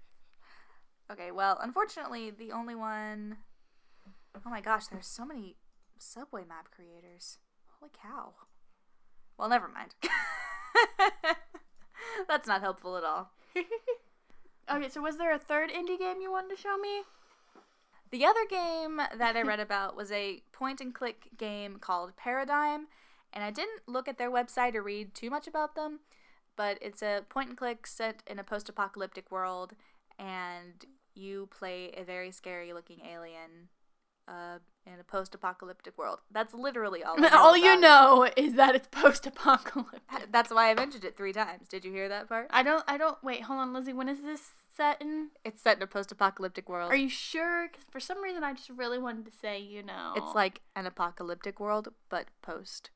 [SPEAKER 1] okay, well, unfortunately, the only one Oh my gosh, there's so many subway map creators. Holy cow. Well, never mind. That's not helpful at all.
[SPEAKER 2] okay, so was there a third indie game you wanted to show me?
[SPEAKER 1] The other game that I read about was a point and click game called Paradigm, and I didn't look at their website or read too much about them, but it's a point and click set in a post apocalyptic world, and you play a very scary looking alien uh, in a post apocalyptic world. That's literally all I know.
[SPEAKER 2] All
[SPEAKER 1] about
[SPEAKER 2] you
[SPEAKER 1] it.
[SPEAKER 2] know is that it's post-apocalyptic.
[SPEAKER 1] That's why I mentioned it three times. Did you hear that part?
[SPEAKER 2] I don't. I don't. Wait, hold on, Lizzie. When is this set in?
[SPEAKER 1] It's set in a post apocalyptic world.
[SPEAKER 2] Are you sure? 'Cause for some reason, I just really wanted to say, you know,
[SPEAKER 1] It's like an apocalyptic world, but post.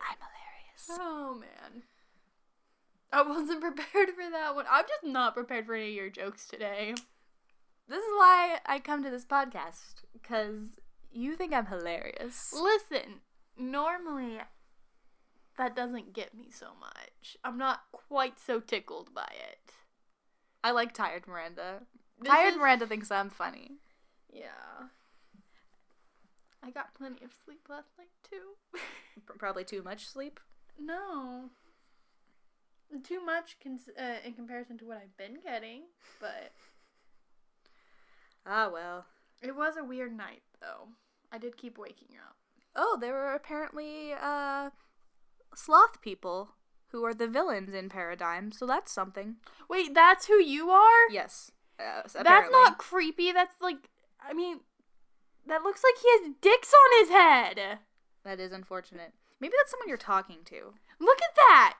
[SPEAKER 1] I'm hilarious.
[SPEAKER 2] Oh man, I wasn't prepared for that one. I'm just not prepared for any of your jokes today.
[SPEAKER 1] This is why I come to this podcast, because you think I'm hilarious.
[SPEAKER 2] Listen, normally that doesn't get me so much. I'm not quite so tickled by it.
[SPEAKER 1] I like Tired Miranda.
[SPEAKER 2] This
[SPEAKER 1] Tired
[SPEAKER 2] is-
[SPEAKER 1] Miranda thinks I'm funny.
[SPEAKER 2] Yeah. I got plenty of sleep last night too.
[SPEAKER 1] Probably too much sleep.
[SPEAKER 2] No. Too much cons- uh, in comparison to what I've been getting, but
[SPEAKER 1] Ah, well.
[SPEAKER 2] it was a weird night though. I did keep waking up.
[SPEAKER 1] Oh, there were apparently uh, sloth people who are the villains in Paradigm, so that's something.
[SPEAKER 2] Wait, that's who you are?
[SPEAKER 1] Yes. Uh, s-
[SPEAKER 2] that's
[SPEAKER 1] apparently.
[SPEAKER 2] not creepy. That's like, I mean, that looks like he has dicks on his head.
[SPEAKER 1] That is unfortunate. Maybe that's someone you're talking to.
[SPEAKER 2] Look at that.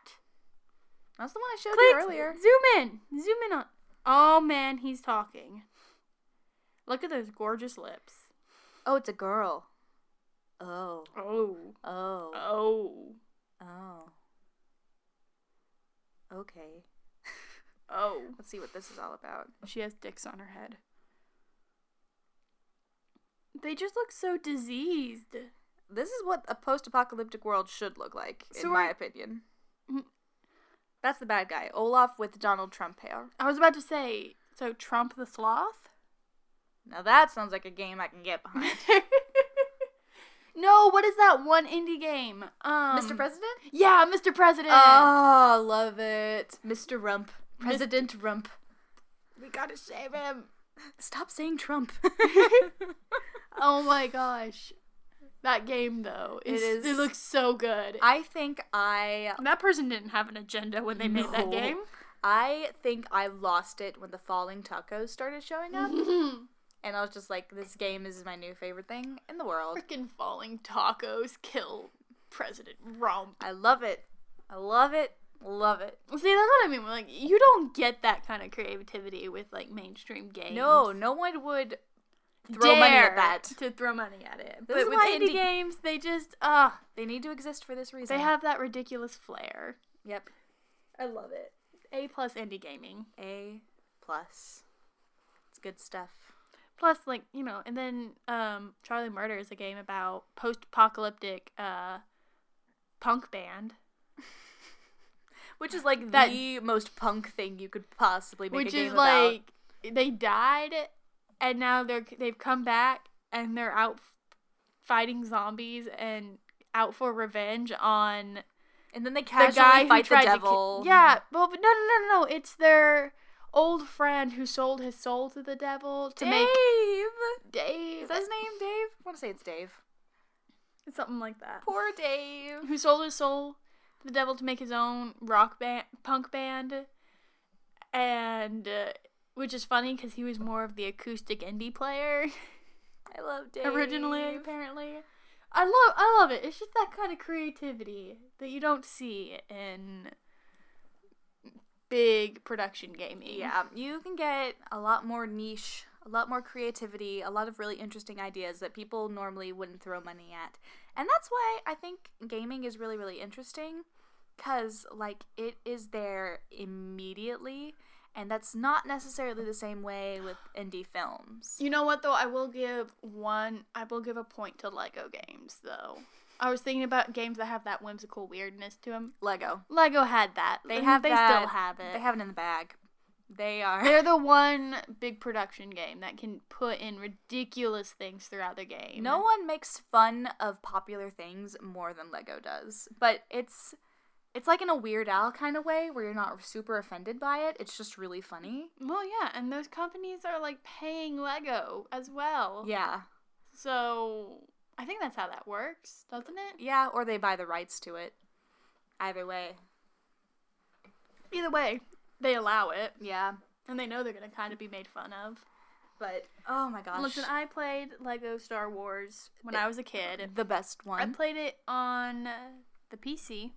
[SPEAKER 1] That's the one I showed
[SPEAKER 2] Click,
[SPEAKER 1] you earlier.
[SPEAKER 2] Zoom in. Zoom in on. Oh man, he's talking. Look at those gorgeous lips.
[SPEAKER 1] Oh, it's a girl. Oh.
[SPEAKER 2] Oh.
[SPEAKER 1] Oh.
[SPEAKER 2] Oh.
[SPEAKER 1] Oh. Okay.
[SPEAKER 2] Oh.
[SPEAKER 1] Let's see what this is all about.
[SPEAKER 2] She has dicks on her head. They just look so diseased.
[SPEAKER 1] This is what a post apocalyptic world should look like,
[SPEAKER 2] So
[SPEAKER 1] in my
[SPEAKER 2] we're-
[SPEAKER 1] opinion.
[SPEAKER 2] Mm.
[SPEAKER 1] That's the bad guy. Olaf with Donald Trump hair.
[SPEAKER 2] I was about to say, so Trump the sloth?
[SPEAKER 1] Now that sounds like a game I can get behind.
[SPEAKER 2] no, what is that one indie game? Um,
[SPEAKER 1] Mr. President?
[SPEAKER 2] Yeah, Mr. President.
[SPEAKER 1] Oh, love it. Mr. Rump. President Rump.
[SPEAKER 2] we gotta save him.
[SPEAKER 1] Stop saying Trump.
[SPEAKER 2] Oh my gosh. That game though,
[SPEAKER 1] It
[SPEAKER 2] it is.
[SPEAKER 1] is-
[SPEAKER 2] It looks so good.
[SPEAKER 1] I think I
[SPEAKER 2] that person didn't have an agenda when they made that
[SPEAKER 1] No.
[SPEAKER 2] game.
[SPEAKER 1] I think I lost it when the falling tacos started showing up. and I was just like, this game is my new favorite thing in the world.
[SPEAKER 2] Freaking falling tacos kill President Rump.
[SPEAKER 1] I love it. I love it. Love it.
[SPEAKER 2] See, that's what I mean. Like, you don't get that kind of creativity with like mainstream games.
[SPEAKER 1] No, no one would throw money
[SPEAKER 2] Dare
[SPEAKER 1] at that.
[SPEAKER 2] To throw money at it.
[SPEAKER 1] This is
[SPEAKER 2] but with
[SPEAKER 1] why
[SPEAKER 2] indie
[SPEAKER 1] indie-
[SPEAKER 2] games, they just uh
[SPEAKER 1] They need to exist for this reason.
[SPEAKER 2] they have that ridiculous flair.
[SPEAKER 1] Yep.
[SPEAKER 2] I love it. A plus indie gaming.
[SPEAKER 1] A plus. It's good stuff.
[SPEAKER 2] plus like you know and then um charlie murder is a game about post-apocalyptic uh punk band
[SPEAKER 1] Which is like
[SPEAKER 2] That-
[SPEAKER 1] the most punk thing you could possibly make
[SPEAKER 2] which
[SPEAKER 1] a game
[SPEAKER 2] is
[SPEAKER 1] about.
[SPEAKER 2] like they died and now they're they've come back and they're out f- fighting zombies and out for revenge on
[SPEAKER 1] And then they
[SPEAKER 2] the
[SPEAKER 1] casually
[SPEAKER 2] guy who
[SPEAKER 1] fight
[SPEAKER 2] tried
[SPEAKER 1] the
[SPEAKER 2] to ki-
[SPEAKER 1] devil.
[SPEAKER 2] yeah well but no no no no it's their old friend who sold his soul to the devil to
[SPEAKER 1] Dave.
[SPEAKER 2] make
[SPEAKER 1] Is
[SPEAKER 2] dave
[SPEAKER 1] that his name, Dave? I want to say it's Dave.
[SPEAKER 2] something like that
[SPEAKER 1] Poor Dave.
[SPEAKER 2] who sold his soul to the devil to make his own rock band, punk band, and uh, which is funny because he was more of the acoustic indie player
[SPEAKER 1] I love Dave.
[SPEAKER 2] originally, apparently. I love, I love it. It's just that kind of creativity that you don't see in big production gaming.
[SPEAKER 1] Yeah, you can get a lot more niche, a lot more creativity, a lot of really interesting ideas that people normally wouldn't throw money at. And that's why I think gaming is really, really interesting because, like, it is there immediately. And that's not necessarily the same way with indie films.
[SPEAKER 2] You know what though? I will give one. I will give a point to Lego games though. I was thinking about games that have that whimsical weirdness to them.
[SPEAKER 1] Lego.
[SPEAKER 2] Lego had that.
[SPEAKER 1] Mm, They
[SPEAKER 2] and
[SPEAKER 1] have
[SPEAKER 2] They
[SPEAKER 1] that.
[SPEAKER 2] still have it.
[SPEAKER 1] They have it in the bag. They are.
[SPEAKER 2] They're the one big production game that can put in ridiculous things throughout the game.
[SPEAKER 1] No one makes fun of popular things more than Lego does. But it's it's like in a weird Al kind of way where you're not super offended by it. It's just really funny.
[SPEAKER 2] Well, yeah, and those companies are like paying Lego as well.
[SPEAKER 1] Yeah.
[SPEAKER 2] So I think that's how that works, doesn't it?
[SPEAKER 1] Yeah, or they buy the rights to it. Either way.
[SPEAKER 2] Either way, they allow it,
[SPEAKER 1] Yeah.
[SPEAKER 2] and they know they're gonna kind of be made fun of.
[SPEAKER 1] But oh my gosh.
[SPEAKER 2] Listen, I played Lego Star Wars when I was a kid.
[SPEAKER 1] the best
[SPEAKER 2] I
[SPEAKER 1] one.
[SPEAKER 2] played it on the PC,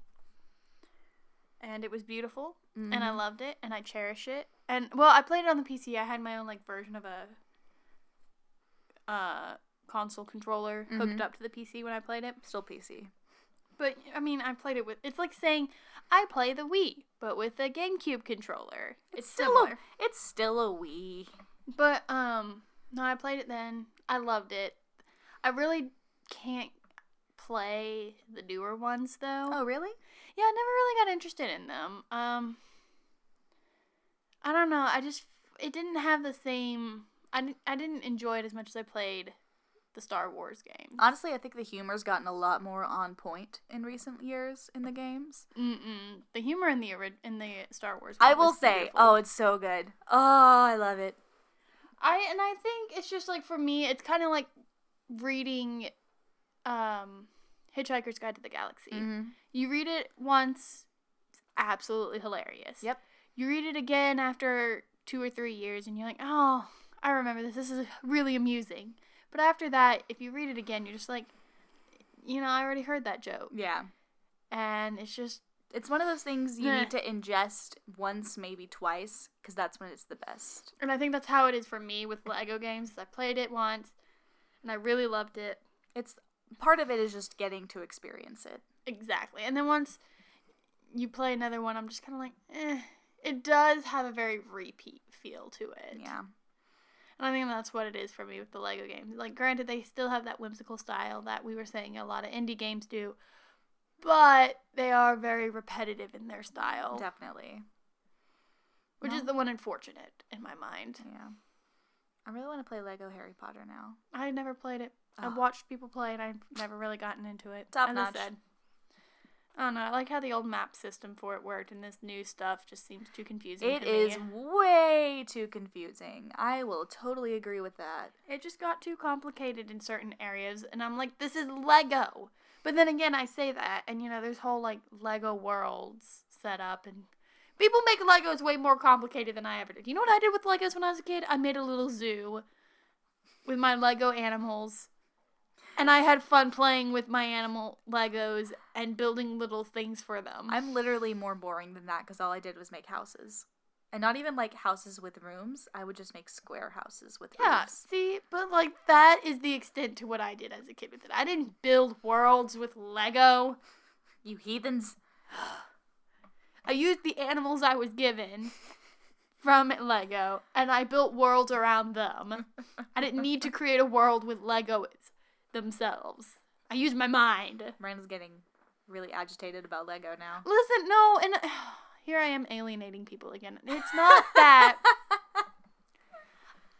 [SPEAKER 2] and it was beautiful,
[SPEAKER 1] Mm-hmm.
[SPEAKER 2] and I loved it, and I cherish it. And well, I played it on the PC. I had my own like version of a uh, console controller
[SPEAKER 1] Mm-hmm.
[SPEAKER 2] hooked up to the PC when I played it.
[SPEAKER 1] Still PC.
[SPEAKER 2] But I mean, I played it with. It's like saying I play the Wii, but with a GameCube controller. It's,
[SPEAKER 1] still
[SPEAKER 2] similar.
[SPEAKER 1] a, it's still a Wii.
[SPEAKER 2] But um no, I played it then. I loved it. I really can't play the newer ones though.
[SPEAKER 1] really?
[SPEAKER 2] Yeah, I never really got interested in them. Um I don't know. I just it didn't have the same I didn't, I didn't enjoy it as much as I played the Star Wars games.
[SPEAKER 1] Honestly, I think the humor's gotten a lot more on point in recent years in the games.
[SPEAKER 2] Mm-mm. The humor in the ori- in the Star Wars
[SPEAKER 1] I
[SPEAKER 2] one
[SPEAKER 1] will
[SPEAKER 2] was
[SPEAKER 1] say,
[SPEAKER 2] beautiful.
[SPEAKER 1] oh, it's so good. Oh, I love it.
[SPEAKER 2] I and I think it's just like for me, it's kind of like reading um Hitchhiker's Guide to the Galaxy. You read it once, it's absolutely hilarious.
[SPEAKER 1] Yep.
[SPEAKER 2] You read it again after 2 or 3 years and you're like, "Oh, I remember this. This is really amusing." But after that, if you read it again, you're just like, you know, I already heard that joke.
[SPEAKER 1] Yeah.
[SPEAKER 2] And it's just
[SPEAKER 1] It's one of those things you
[SPEAKER 2] Meh.
[SPEAKER 1] need to ingest once, maybe twice, because that's when it's the best.
[SPEAKER 2] and I think that's how it is for me with Lego games. is I played it once and I really loved it.
[SPEAKER 1] It's part of it is just getting to experience it.
[SPEAKER 2] Exactly. And then once you play another one, I'm just kind of like, eh. It does have a very repeat feel to it.
[SPEAKER 1] Yeah.
[SPEAKER 2] And I think that's what it is for me with the Lego games. Like, granted, they still have that whimsical style that we were saying a lot of indie games do, but they are very repetitive in their style,
[SPEAKER 1] Definitely.
[SPEAKER 2] which
[SPEAKER 1] No.
[SPEAKER 2] is the one unfortunate in my mind.
[SPEAKER 1] Yeah. I really want to play Lego Harry Potter now.
[SPEAKER 2] I never played it.
[SPEAKER 1] Oh.
[SPEAKER 2] I've watched people play and I've never really gotten into it.
[SPEAKER 1] Top
[SPEAKER 2] As
[SPEAKER 1] notch.
[SPEAKER 2] I said. I don't know. I like how the old map system for it worked, and this new stuff just seems too confusing.
[SPEAKER 1] It
[SPEAKER 2] to me.
[SPEAKER 1] is way too confusing. I will totally agree with that.
[SPEAKER 2] It just got too complicated in certain areas, and I'm like, this is Lego. But then again, I say that, and you know, there's whole like Lego worlds set up, and people make Legos way more complicated than I ever did. You know what I did with Legos when I was a kid? I made a little zoo with my Lego animals, and I had fun playing with my animal Legos and building little things for them.
[SPEAKER 1] I'm literally more boring than that because all I did was make houses. And not even like houses with rooms. I would just make square houses with
[SPEAKER 2] Yeah,
[SPEAKER 1] roofs.
[SPEAKER 2] see, but like that is the extent to what I did as a kid with it. I didn't build worlds with Lego.
[SPEAKER 1] You heathens.
[SPEAKER 2] I used the animals I was given from Lego and I built worlds around them. I didn't need to create a world with Legos themselves. I used my mind.
[SPEAKER 1] Miranda's getting really agitated about Lego now.
[SPEAKER 2] Listen, no, and here I am alienating people again. It's not that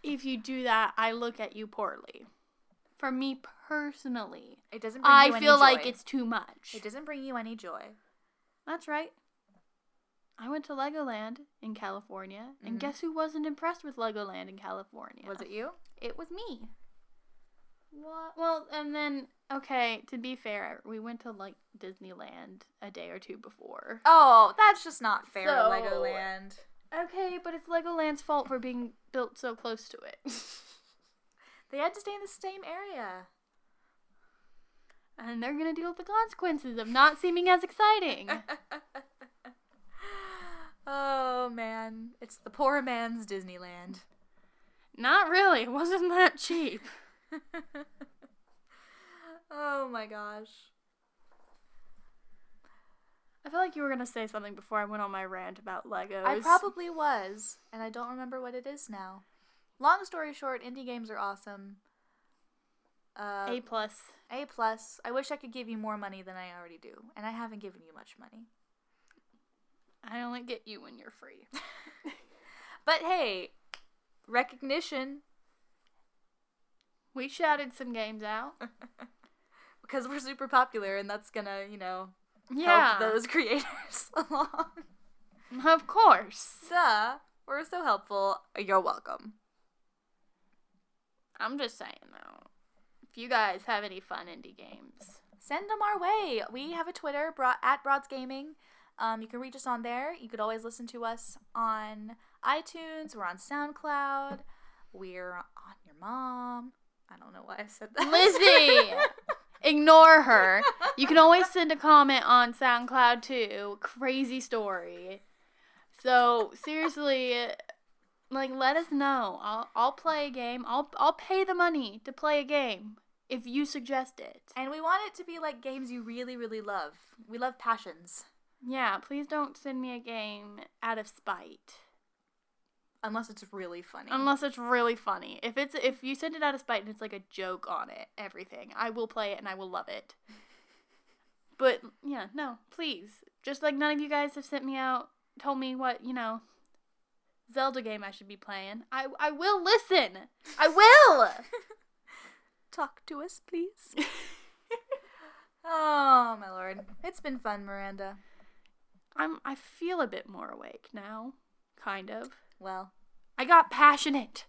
[SPEAKER 2] if you do that, I look at you poorly. For me personally,
[SPEAKER 1] It doesn't bring you
[SPEAKER 2] I
[SPEAKER 1] any
[SPEAKER 2] feel like
[SPEAKER 1] joy.
[SPEAKER 2] it's too much.
[SPEAKER 1] It doesn't bring you any joy.
[SPEAKER 2] That's right. I went to Legoland in California,
[SPEAKER 1] Mhm.
[SPEAKER 2] and guess who wasn't impressed with Legoland in California?
[SPEAKER 1] Was it you?
[SPEAKER 2] It was me. What? Well, and then okay. To be fair, we went to like Disneyland a day or two before.
[SPEAKER 1] Oh, that's just not fair,
[SPEAKER 2] So-
[SPEAKER 1] Legoland.
[SPEAKER 2] Okay, but it's Legoland's fault for being built so close to it.
[SPEAKER 1] They had to stay in the same area.
[SPEAKER 2] and they're gonna deal with the consequences of not seeming as exciting.
[SPEAKER 1] Oh man, it's the poor man's Disneyland.
[SPEAKER 2] not really. It wasn't that cheap.
[SPEAKER 1] oh my gosh.
[SPEAKER 2] I feel like you were gonna say something before I went on my rant about Legos.
[SPEAKER 1] I probably was, and I don't remember what it is now. Long story short, indie games are awesome. Uh,
[SPEAKER 2] A plus.
[SPEAKER 1] a plus. I wish I could give you more money than I already do, and I haven't given you much money.
[SPEAKER 2] I only get you when you're free.
[SPEAKER 1] But hey, recognition
[SPEAKER 2] We shouted some games out.
[SPEAKER 1] because we're super popular, and that's gonna, you know, help those creators along.
[SPEAKER 2] of course.
[SPEAKER 1] Duh, we're so helpful. You're welcome.
[SPEAKER 2] I'm just saying though, if you guys have any fun indie games,
[SPEAKER 1] send them our way. We have a Twitter bro- at Broads Gaming. Um, you can reach us on there. You could always listen to us on iTunes. We're on SoundCloud. We're on your mom. I don't know why I said that.
[SPEAKER 2] Lizzie, ignore her. You can always send a comment on SoundCloud too. Crazy story. So seriously, like let us know. I'll I'll play a game. I'll I'll pay the money to play a game if you suggest it.
[SPEAKER 1] and we want it to be like games you really, really love. We love passions,
[SPEAKER 2] Yeah, please don't send me a game out of spite.
[SPEAKER 1] unless it's really funny.
[SPEAKER 2] Unless it's really funny. If it's if you send it out of spite and it's like a joke on it, everything, I will play it and I will love it. But yeah, no, please. Just like none of you guys have sent me out, told me what you know, Zelda game I should be playing. I I will listen. I will.
[SPEAKER 1] Talk to us, please. oh my lord, it's been fun, Miranda.
[SPEAKER 2] I'm I feel a bit more awake now, kind of.
[SPEAKER 1] Well,
[SPEAKER 2] I got passionate.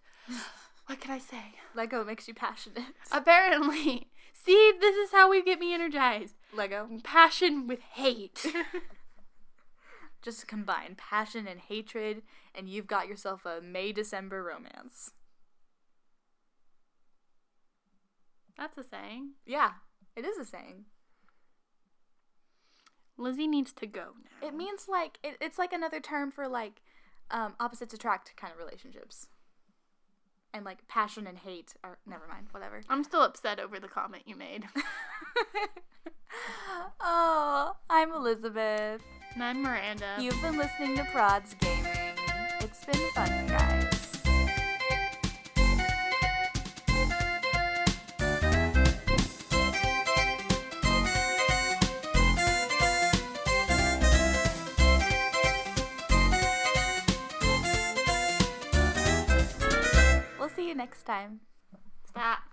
[SPEAKER 2] What can I say?
[SPEAKER 1] Lego makes you passionate.
[SPEAKER 2] Apparently. See, this is how we get me energized.
[SPEAKER 1] Lego.
[SPEAKER 2] Passion with hate.
[SPEAKER 1] Just combine passion and hatred, and you've got yourself a May December romance.
[SPEAKER 2] That's a saying.
[SPEAKER 1] Yeah, it is a saying.
[SPEAKER 2] Lizzie needs to go now.
[SPEAKER 1] It means like it, it's like another term for like um, opposites attract kind of relationships. And like passion and hate are never mind, whatever.
[SPEAKER 2] I'm still upset over the comment you made.
[SPEAKER 1] oh, I'm Elizabeth.
[SPEAKER 2] and I'm Miranda.
[SPEAKER 1] You've been listening to Prods Gaming. It's been fun, guys.
[SPEAKER 3] next time.
[SPEAKER 1] Stop.